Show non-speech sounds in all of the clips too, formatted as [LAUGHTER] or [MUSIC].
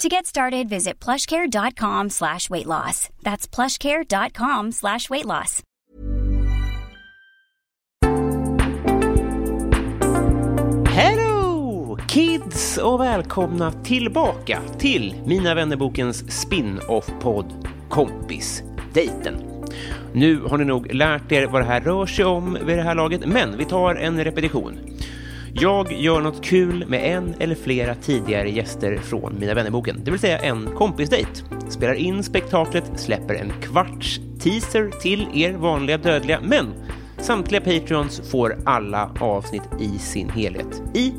To get started, visit plushcare.com slash weight loss. That's plushcare.com slash weight loss. Hello kids och välkomna tillbaka till Mina vännerbokens spin-off-podd Kompisdejten. Nu har ni nog lärt er vad det här rör sig om vid det här laget, men vi tar en repetition. Jag gör något kul med en eller flera tidigare gäster från Mina vännerboken, det vill säga en kompisdejt. Spelar in spektaklet, släpper en kvarts teaser till er vanliga dödliga, men samtliga Patreons får alla avsnitt i sin helhet i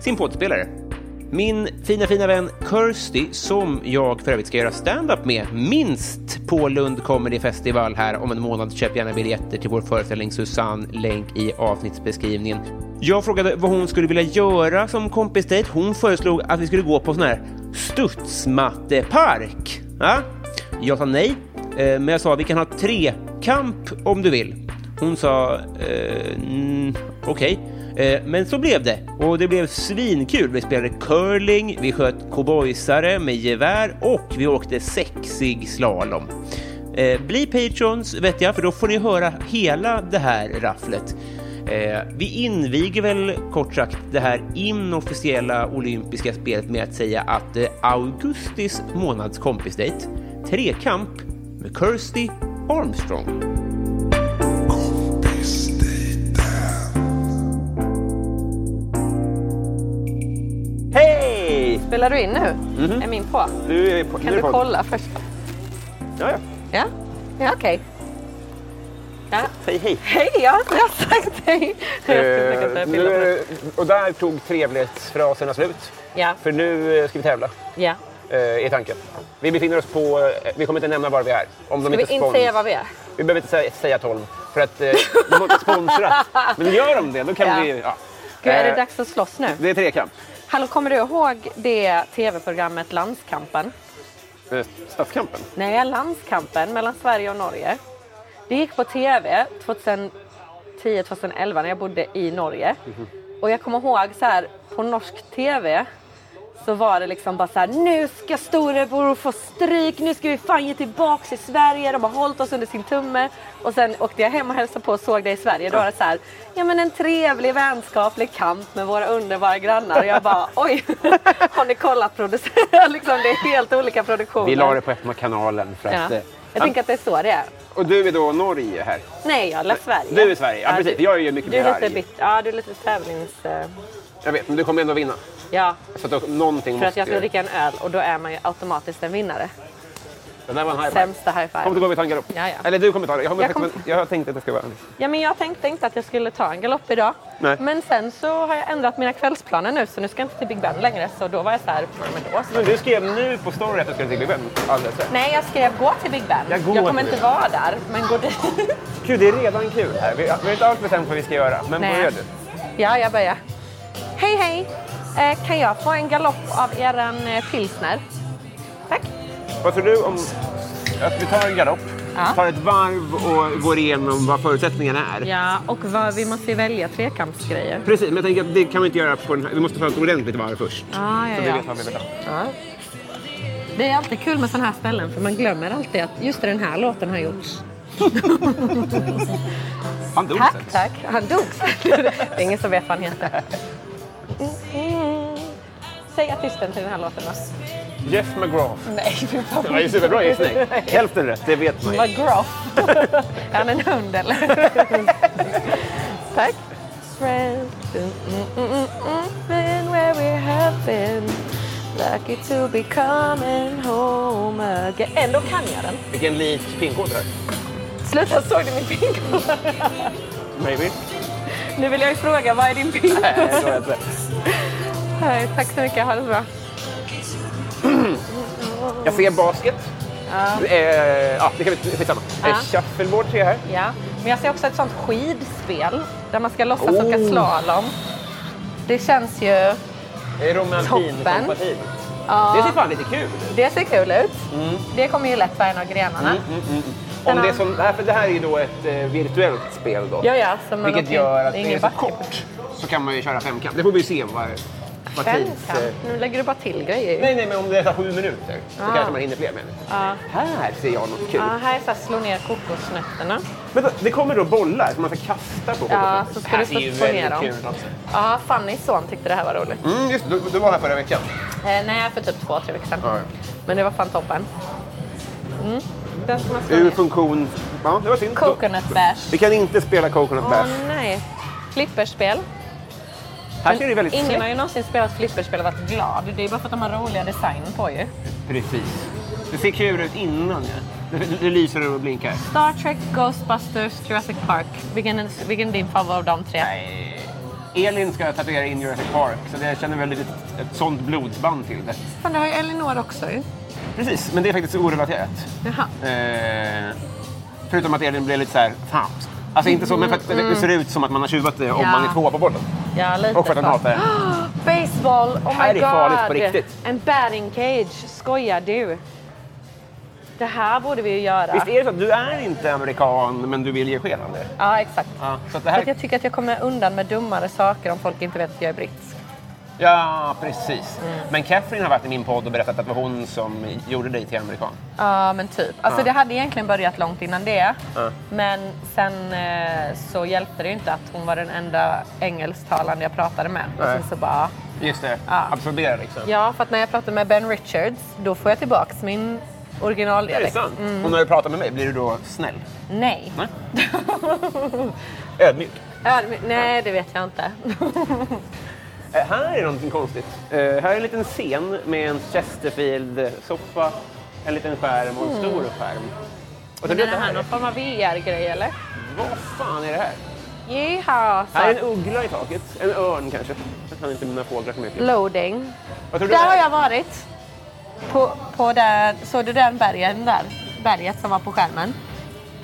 sin poddspelare. Min fina, fina vän Kirsty, som jag för övrigt ska göra stand-up med, minst på Lund Comedy Festival här om en månad. Köp gärna biljetter till vår föreställning Susanne, länk i avsnittsbeskrivningen. Jag frågade vad hon skulle vilja göra som kompisdejt. Hon föreslog att vi skulle gå på sån här studsmattepark. Ja? Jag sa nej, eh, men jag sa vi kan ha trekamp om du vill. Hon sa eh, mm, okej. Eh, Men så blev det och det blev svinkul. Vi spelade curling, vi sköt cowboysare med gevär och vi åkte sexig slalom. Eh, Bli patrons vet jag för då får ni höra hela det här rafflet. Eh, Vi inviger väl kort sagt det här inofficiella olympiska spelet med att säga att eh, augustis månads kompisdejt, trekamp med Kirsty Armstrong. Hej! Spelar du in nu? Är min på? Mhm. Nu är vi på. Kan du kolla först? Ja, ja. Ja, ja okej. Ja. Säg hej. Hej, jag har inte sagt hej. Jag skulle säkert säga Eh, fel på det. nu, och där tog trevlighetsfraserna slut. Ja, För nu eh, ska vi tävla, ja. eh, är tanken. Vi befinner oss på... eh, Vi kommer inte nämna var vi är. Om de Ska vi inte inte spons- säga vad vi är? Vi behöver inte säga, säga 12, för att eh, de har inte [LAUGHS] sponsrat. Men gör de det, då kan Ja. vi... Ja. Gud, är det Eh, dags att slåss nu? Det är trekamp. Hallå, kommer du ihåg det tv-programmet Landskampen? Eh, Stadskampen. Nej, Landskampen mellan Sverige och Norge. Det gick på tv 2010-2011 när jag bodde i Norge. Mhm. Och jag kommer ihåg så här, på norsk tv så var det liksom bara så här, nu ska storebror få stryk, nu ska vi fan ge tillbaks i Sverige, de har hållit oss under sin tumme. Och sen åkte jag hem och hälsade på och såg det i Sverige. Då var det så här, ja men en trevlig vänskaplig kamp med våra underbara grannar. Och jag bara, oj, [LAUGHS] har ni kollat producenter? [LAUGHS] liksom, det är helt olika produktioner. Vi la det på öppna kanalen för Ja. att... eh, Jag tänker att det är så det är. Och du är då Norge här? Nej, jag lär Sverige. Du är Sverige, ja, precis. du- Jag är ju mycket du mer är lite arg. bit, Ja, du är lite tävlings... eh, Jag vet, men du kommer ändå vinna. Ja, Så att då, någonting för att måste jag ska ju- dricka en öl och då är man ju automatiskt en vinnare. Den där var en high five. Sämsta high Kom, då går five. vi och tar en galopp. Ja, ja. Eller du kommer ta det. Jag, har Jag jag, kommer- jag tänkte att det ska vara... Ja, men jag tänkte inte att jag skulle ta en galopp idag. Nej. Men sen så har jag ändrat mina kvällsplaner nu så nu ska jag inte till Big Ben längre. Så då var jag så här, "Ja, men då så. Men du skrev nu på story att du skulle till Big Ben. Alldeles rätt. Nej, jag skrev gå till Big Ben. Jag går kommer till inte Big Ben. vara där, men gå dit. Gud, det är redan kul här. Vi vi har inte alls bestämt vad vi ska göra. Men Nej. vad gör du? [LAUGHS] Ja, jag börjar. Hej, hej! Eh, kan jag få en galopp av eran eh, pilsner? Tack. Vad tror du om att vi tar en galopp, Ja. tar ett varv och går igenom vad förutsättningarna är? Ja, och vad, vi måste ju välja trekampsgrejer. Precis, men jag tänker att det kan vi inte göra på den här. Vi måste ta ett ordentligt varv först. Ah, ja, Så vi ja. vet vad vi vill ha. Ja. Det är alltid kul med sådana här ställen för man glömmer alltid att just den här låten har gjorts. Han dog Tack, sen. tack. Han dog [LAUGHS] Det är ingen som vet vad han heter. Mm, mm. Säg artisten till den här låten då. Jeff McGraff. Nej, fy fan. Det var ju superbra gissning. [LAUGHS] Hälften rätt, det vet man ju. McGraff. är han [LAUGHS] en hund eller? Tack. Friends, mm, mm, mm, mm, been where we have been. Lucky to be coming home again. Ändå kan jag den. Vilken lik pinkod här. Sluta, såg du min pinkod? Maybe. Nu vill jag ju fråga, vad är din pinkod? Nej, då vet jag. Nej, Tack så mycket, ha det så bra. Jag ser basket. Eh, ja, det kan vi... Skitsamma. Ja. Eh, shuffleboard ser jag här. Ja, men jag ser också ett sånt skidspel där man ska låtsas Oh. åka slalom. Det känns ju... Det är romantin Toppen. kompatibel. Det Ja, ser fan lite kul ut. det ser kul ut. Det kommer ju lätt vara en av grenarna. Om Den det, är här- som, det här- för det här är ju då ett eh, virtuellt spel då. Ja, ja, så man Vilket åker- gör att det det är är ingen så backe. kort så kan man ju köra femkamp. Det får vi ju se vad, vad tids... Femkamp. eh, Nu lägger du bara till grejer. Nej, nej, men om det är så här sju minuter så Ah. kanske man hinner fler menar jag. Ja. Här ser jag något kul. Ja, här är så här, slå ner kokosnötterna. Vänta, det kommer då bollar som man ska kasta på. Ja, på- så ska här du ser ju få- få väldigt ner dem. kul ut också. Ja, Fannys son tyckte det här var roligt. Mm, just det. Du, du var här förra veckan. Eh, nej, för typ två, tre veckor sedan. Ja, ja. Men det var fan toppen. Mm. Den ska man slå Ur ner. funktion... Ja, det var synd. Coconut bash. Vi kan inte spela Coconut Åh Bash. nej. Flipperspel. Här ser det väldigt Ingen har snyggt ju någonsin spelat flipperspel och varit glad. Det är bara för att de har roliga design på ju. Precis. Det ser kul ut innan ja. Det, det lyser och blinkar. Star Trek, Ghostbusters, Jurassic Park. Vilken, vilken är din favorit av de tre? Nej. Eh, Elin ska tatuera in Jurassic Park, så jag känner väl lite ett, ett sånt blodsband till det. Fan, det har ju Elinor också ju. Precis, men det är faktiskt orelaterat. Jaha. Eh, förutom att Elin blev lite så här, fan. Alltså inte så, men för att det- det ser ut som att man har tjuvat det om Mm. Ja. man är två på bollen. Ja, lite Och för att så. han hatar det. Baseball, oh my här är god! farligt på riktigt. En batting cage, skojar du? Det här borde vi ju göra. Visst är det så att du är inte amerikan, men du vill ge sken av det? Ja, exakt. Ja, så att det För här... att jag tycker att jag kommer undan med dummare saker om folk inte vet att jag är brittisk. Ja, precis. Men Catherine har varit i min podd och berättat att det var hon som gjorde dig till amerikan. Ja, men typ. Alltså Ja. det hade egentligen börjat långt innan det. Ja. Men sen eh, så hjälpte det ju inte att hon var den enda engelsktalande jag pratade med. Och Nej. sen så bara... Just det, Ja. absorbera liksom. Ja, för att när jag pratar med Ben Richards, då får jag tillbaks min Är det originaldialekt. sant? Hon har ju pratat med mig, blir du då snäll? Nej. Nej. [LAUGHS] Ödmjuk. Ödmjuk- Nej, det vet jag inte. Eh, Här är någonting konstigt. Eh, här är en liten scen med en Chesterfield-soffa, en liten skärm och en stor skärm. Och så Mm. Men är blir det här någon form av VR-grej eller? Vad fan är det här? Jaha, Här är en så. uggla i taket. En örn kanske. Jag kan inte mina fåglar så mycket. Loading. Vad tror du det Där har är? jag varit. På, på där, såg du den bergen där? Berget som var på skärmen.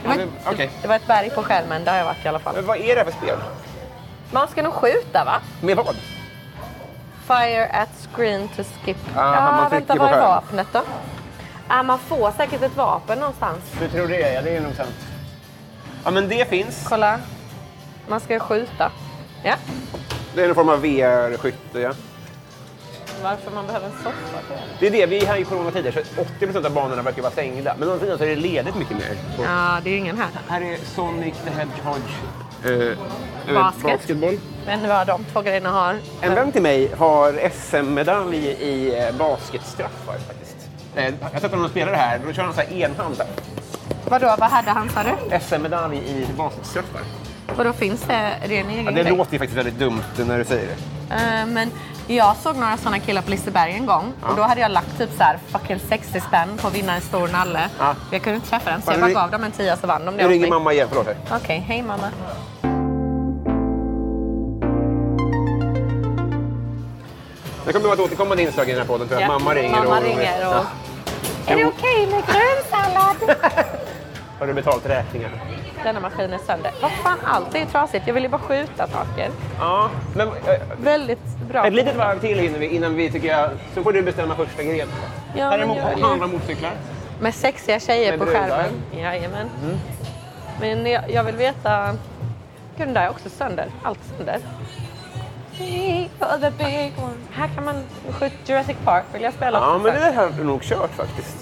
Det var, Ja, ett- det- Okej. det var ett berg på skärmen, där har jag varit i alla fall. Men vad är det här för spel? Man ska nog skjuta va? Med vad? Fire at screen to skip. Ah, man trycker vänta, på var är skärmen. vapnet då? Ah, man får säkert ett vapen någonstans. Du tror det är? Ja, det är nog sant. Ja, men det finns. Kolla. Man ska ju skjuta. Ja. Det är en form av VR-skytte, ja. Varför man behöver en soffa till det? Det är det, vi är här i coronatider så 80 av banorna verkar vara stängda. Men å andra sidan så är det ledigt mycket mer. Och Ja, det är ju ingen här. Här är Sonic the Hedgehog. Basket. Eh, Basketboll. Men vad de två grejerna har. En vän till mig har SM-medalj i eh, basketstraffar faktiskt. Eh, Jag har sett honom spela det här, då kör han så här enhand. så här. Vadå, vad hade han sa du? SM-medalj i basketstraffar. Vadå, finns det? Är det en egen Ja, det grej? låter ju faktiskt väldigt dumt när du säger det. Eh, men jag såg några sådana killar på Liseberg en gång och då hade jag lagt typ så här fucking 60 spänn på att vinna en stor nalle. Ja. Jag kunde inte träffa den så Fan, jag bara nu ring- gav dem en tia så vann de det Nu åt ringer mig. mamma igen, förlåt. här. Okej, hej mamma. Det kommer att vara ett återkommande inslag i den här podden tror jag. Ja. Mamma ringer Mamma och... ringer och... Ja. Är det okej [LAUGHS] med grönsallad? Har du betalt räkningarna? Denna maskin är sönder. Vad fan, allt är trasigt. Jag vill ju bara skjuta saker. Ja, men eh, Väldigt bra. Ett litet varv till hinner vi innan vi tycker jag... Så får du bestämma första grejen. Ja, här är mo- men gör det. handlar om motorcyklar. Med sexiga tjejer Med på brudar. skärmen. Jajamän. Mm. Men jag, jag vill veta... Gud, den där är också sönder. Allt sönder. Här kan man skjuta Jurassic Park. Vill jag spela Ja, också men sen? det här har du nog kört faktiskt.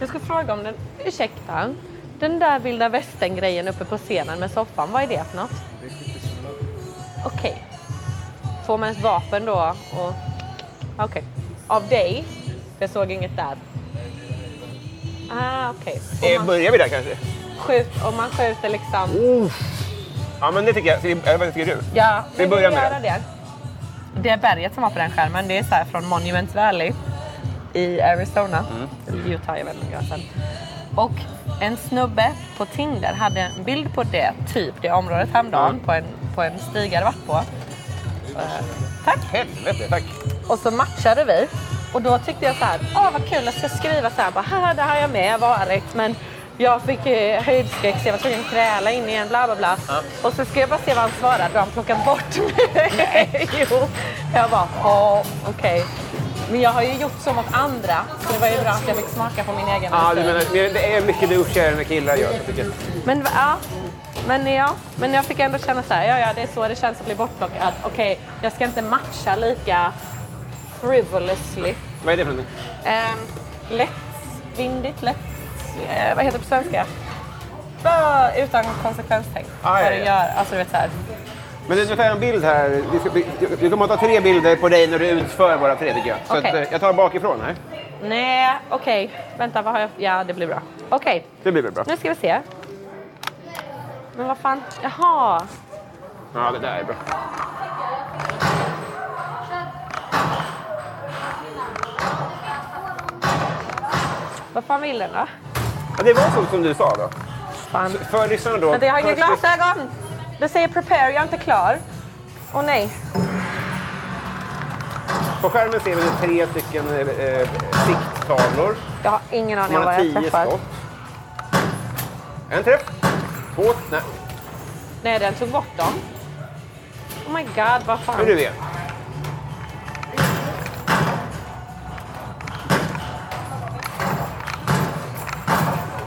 Jag ska fråga om den... Ursäkta. Den där vilda västern-grejen uppe på scenen med soffan, vad är det för något? Okej. Får man ett vapen då? Och... Okej. av dig. För jag såg inget där. Ah, okej. Om Eh, man börjar vi där kanske? skjut- Om man skjuter liksom... Ja, men det tycker jag. Eller vad tycker du? Ja, Vi men börjar vi med göra det. Det berget som var på den skärmen, det är så här från Monument Valley i Arizona. Mm. I Utah, jag vet inte gränsen. Och en snubbe på Tinder hade en bild på det, typ det området häromdagen Mm. på, en, på en stiga det varit på. Eh, tack! Helvete, tack. Och så matchade vi. Och då tyckte jag så här, åh vad kul, jag ska skriva så här, bara, haha, där har jag med varit. Men jag fick eh, höjdskräck så jag var tvungen att kräla in igen, bla bla bla. Och så ska jag bara se vad han svarade och han plockade bort mig. [LAUGHS] jo. Jag bara, åh okej. Men jag har ju gjort så mot andra, så det var ju bra att jag fick smaka på min egen Ja, du medicin. menar, men det är mycket douchigare när killar gör så tycker jag. Men, va- ja. Men, ja. men jag fick ändå känna så här, ja, ja det är så det känns att bli bortplockad. Okej, jag ska inte matcha lika frivolously. Vad är det för någonting? Ehm, lättvindigt, lätt... Eh, vad heter det på svenska? Bara utan konsekvenstänk. Ah, ja, vad ja. det gör. Alltså du vet såhär. Men du ska ta en bild här. Vi, ska, vi, vi kommer att ta tre bilder på dig när du utför våra tre tycker jag. Så Okej. att, eh, jag tar bakifrån här. Nej, okej. Vänta, vad har jag... Ja, det blir bra. Okej, Det blir väl bra. nu ska vi se. Men vad fan, jaha. Ja, det där är bra. Vad fan vill den då? Ja, det var så som du sa då. Fan. För lyssnarna då. Vänta, jag Mm. har inga först- glasögon! Det säger prepare, jag är inte klar. Åh nej. På skärmen ser vi nu tre stycken eh, eh, sikttavlor. Jag har ingen aning Man om har vad jag tio träffar. skott. En träff. Två. Nej, Nej, den tog bort dem. Oh my god, vad fan. men du vet.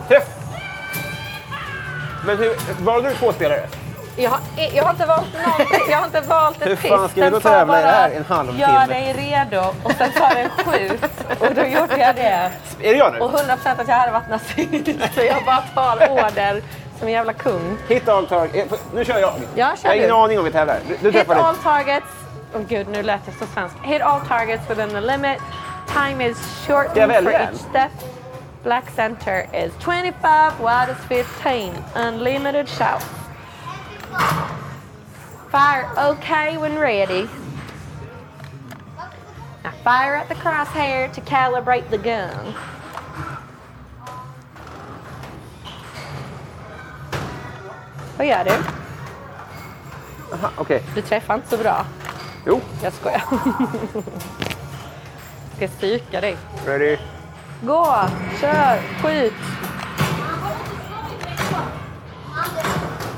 Träff. Men hur, valde du två spelare? Jag har, eh, jag har inte valt någonting. Jag har inte valt ett Hur piss. fan ska vi Den då sa tävla i det bara, här en halvtimme? Gör dig redo och sen sa den skjut. Och då gjorde jag det. Är det jag nu? Och 100% att jag hade varit nazist. Så jag bara tar order som en jävla kung. Hit all target. Nu kör jag. Ja, jag kör har ingen du. aning om vi tävlar. Du, du Hit träffar all all... targets. Åh gud, nu lät jag så svensk. Hit all targets within the limit. Time is jag shortened välja for den? each step. Black center is 25, wide is 15. Unlimited shout. Fire okay when ready. Now fire at the crosshair to calibrate the gun. Vad gör du? Aha, Okej. Du träffar inte så bra. Jo. Jag skojar. Ska psyka dig. Ready. Gå, kör, skjut.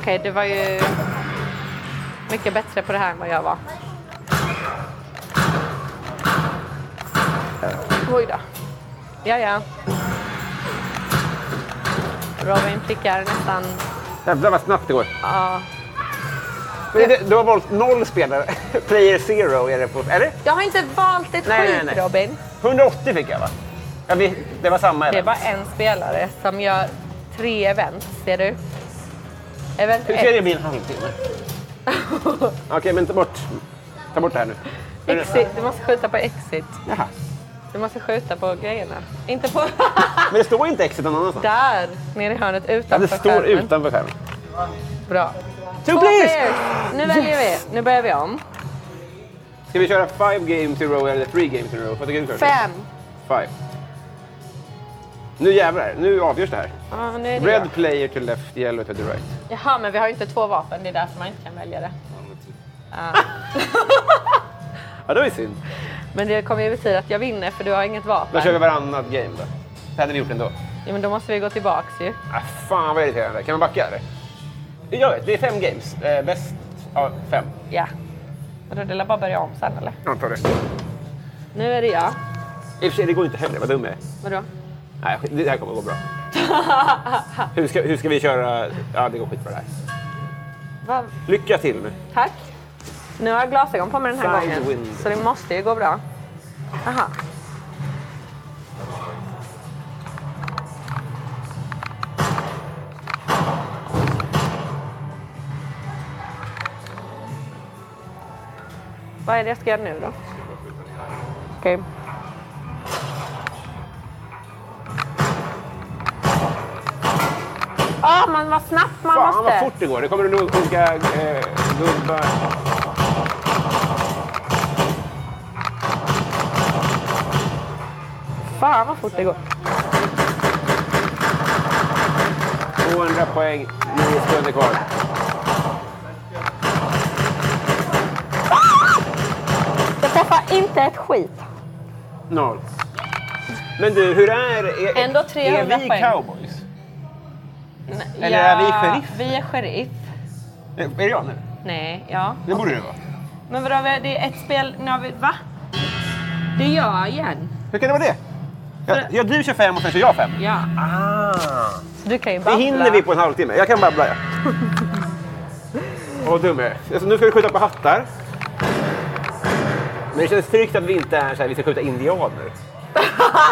Okej, du var ju mycket bättre på det här än vad jag var. Oj då. Ja, ja. Robin prickar nästan... Jävlar vad snabbt det går. Ja. Men det, du har valt noll spelare. [LAUGHS] Player zero är det på... Eller? Jag har inte valt ett Nej, skit, nej, nej. Robin. 180 fick jag va? Ja, vi, det var samma Det är event. bara en spelare som gör tre event, ser du? Event Hur ska det ett. bli en halvtimme? Okej, men ta bort, ta bort det här nu. Är det- Exit. Du måste skjuta på exit. Jaha. Du måste skjuta på grejerna. Inte på... [LAUGHS] Men det står inte exit någon annanstans. Där! Nere i hörnet Ja, utanför det står skärmen. utanför skärmen. Bra. Two Två players! players. Nu väljer vi. Nu börjar vi om. Ska vi köra five games in a row eller three games in a row? Vad tycker du? Karin? Fem. Five. Nu jävlar, nu avgörs det här. Ja, nu är det jag. Red player to left, yellow to the right. Jaha, men vi har ju inte två vapen. Det är därför man inte kan välja det. Ja, det var ju synd. Men det kommer ju betyda att jag vinner för du har inget Då vapen. kör vi varannat game då. Det hade vi gjort ändå. Ja, men då måste vi gå tillbaks ju. Ah, fan vad irriterande. Kan man backa eller? Jag vet, det är fem games. Eh, bäst av fem. Ja. Men då är det väl bara att börja om sen eller? Jag antar det. I Nu är det jag. och för sig, det går inte heller. Vad dum jag är. Vadå? Nej, skit- det här kommer [LAUGHS] gå bra. hur, ska, hur ska vi köra? Ja, det går skitbra det här. Va? Lycka till nu. Tack. Nu har jag glasögon på mig den här Side gången. window. Så det måste ju gå bra. Aha. Vad är det jag ska göra nu då? Okej. Ja, men vad snabbt Ah, man Fan måste. vad fort det går. Det kommer nog olika eh, gubbar. Fan vad fort det går. 200 poäng, 9 sekunder kvar. Jag träffar inte ett skit. Noll. Men du, hur är... är Ändå 300 Är vi poäng. cowboys? Eller är vi sheriff? Vi är sheriff. Eh, Är det jag nu? Nej, ja. Det borde det vara. Men vadå, vi- det är ett spel... Nu har vi, va? Det är jag igen. Hur kan det vara det? Ja, ja, du kör fem och sen kör jag fem. Ja. Ah. Så du kan ju Det babbla. hinner vi på en halvtimme. Jag kan babbla, ja. Åh, vad dum jag är. Alltså, nu ska vi skjuta på hattar. Men det känns tryggt att vi inte är så här, vi ska skjuta [LAUGHS] indianer.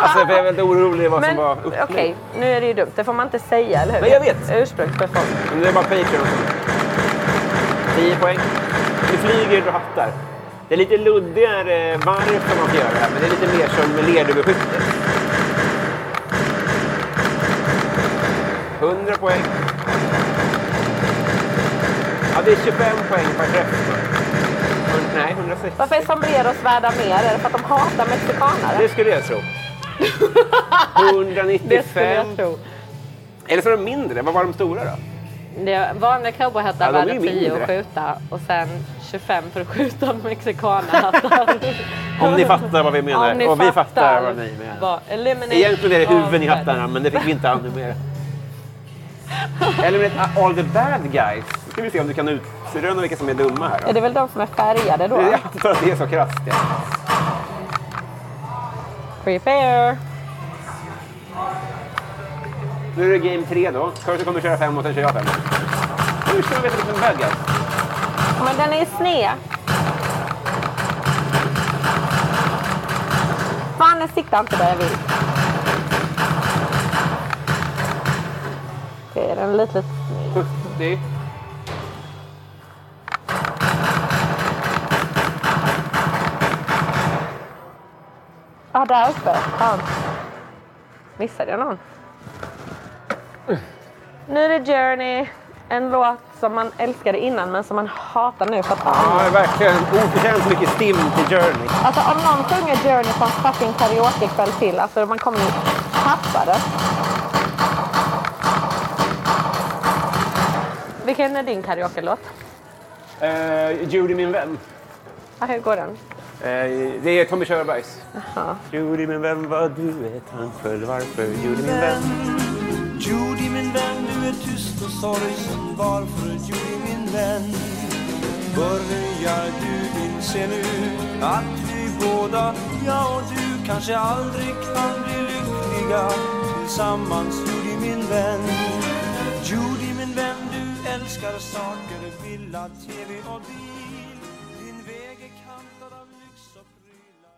Alltså, för jag är väldigt orolig vad Men som var okej, upplägg. nu är det ju dumt. Det får man inte säga, eller hur? Men jag vet. Ursprungsbefolkning. Men det är bara Patreon och sånt. 10 poäng. Du flyger och hattar. Det är lite luddigare varför man ska göra det här, men det är lite mer som lerduveskytte. 100 poäng. Ja, det är 25 poäng per träff. Hund- Nej, 160. Varför är sombreros värda mer? Är det för att de hatar mexikanare? Det skulle jag [LAUGHS] tro. 195. tro. Eller så är de mindre. Vad var de stora då? Det vanliga cowboyhattar Ja, de är värda ju 10 mindre. att skjuta och sen 25 för att skjuta mexikanhattar. [LAUGHS] Om ni fattar vad vi menar. Om ni och vi fattar vad ni menar. Vad- eliminate Egentligen är det huvuden i all hattarna, men det fick vi inte animera. Eller med All the bad guys. Nu ska vi se om du kan utröna vilka som är dumma här. Är Då. det väl de som är färgade då? Jag antar att det är så krasst. Ja. Prepare! Nu är det game tre då. Curtis kommer köra fem och sen kör jag fem. Hur ska man veta vilka som är bad guys? Men den är sned. Fan, jag siktar inte där jag vill. Okej, den är lite, lite sned. 70. Ja, ah, där uppe. Fan. Missade jag någon? Nu är det Journey. En låt som man älskade innan men som man hatar nu för att Ja, det är verkligen oförtjänt mycket stim till Journey. Alltså om någon sjunger Journey på en fucking karaokekväll till, alltså man kommer ju tappa det. Vilken är din karaoke-låt? Uh, Judy min vän. Ja, Ah, hur går den? Eh, det är Tommy Körbergs. Jaha. Judy min vän vad du är tankfull. Varför? Judy min vän. Judy min vän, du är tyst och sorgsen Varför Judy min vän? Börjar du inse nu att vi båda, jag och du kanske aldrig kan bli lyckliga tillsammans Judy min vän Judy min vän, du älskar saker, villa, tv och bil Din väg är kantad av lyx och prylar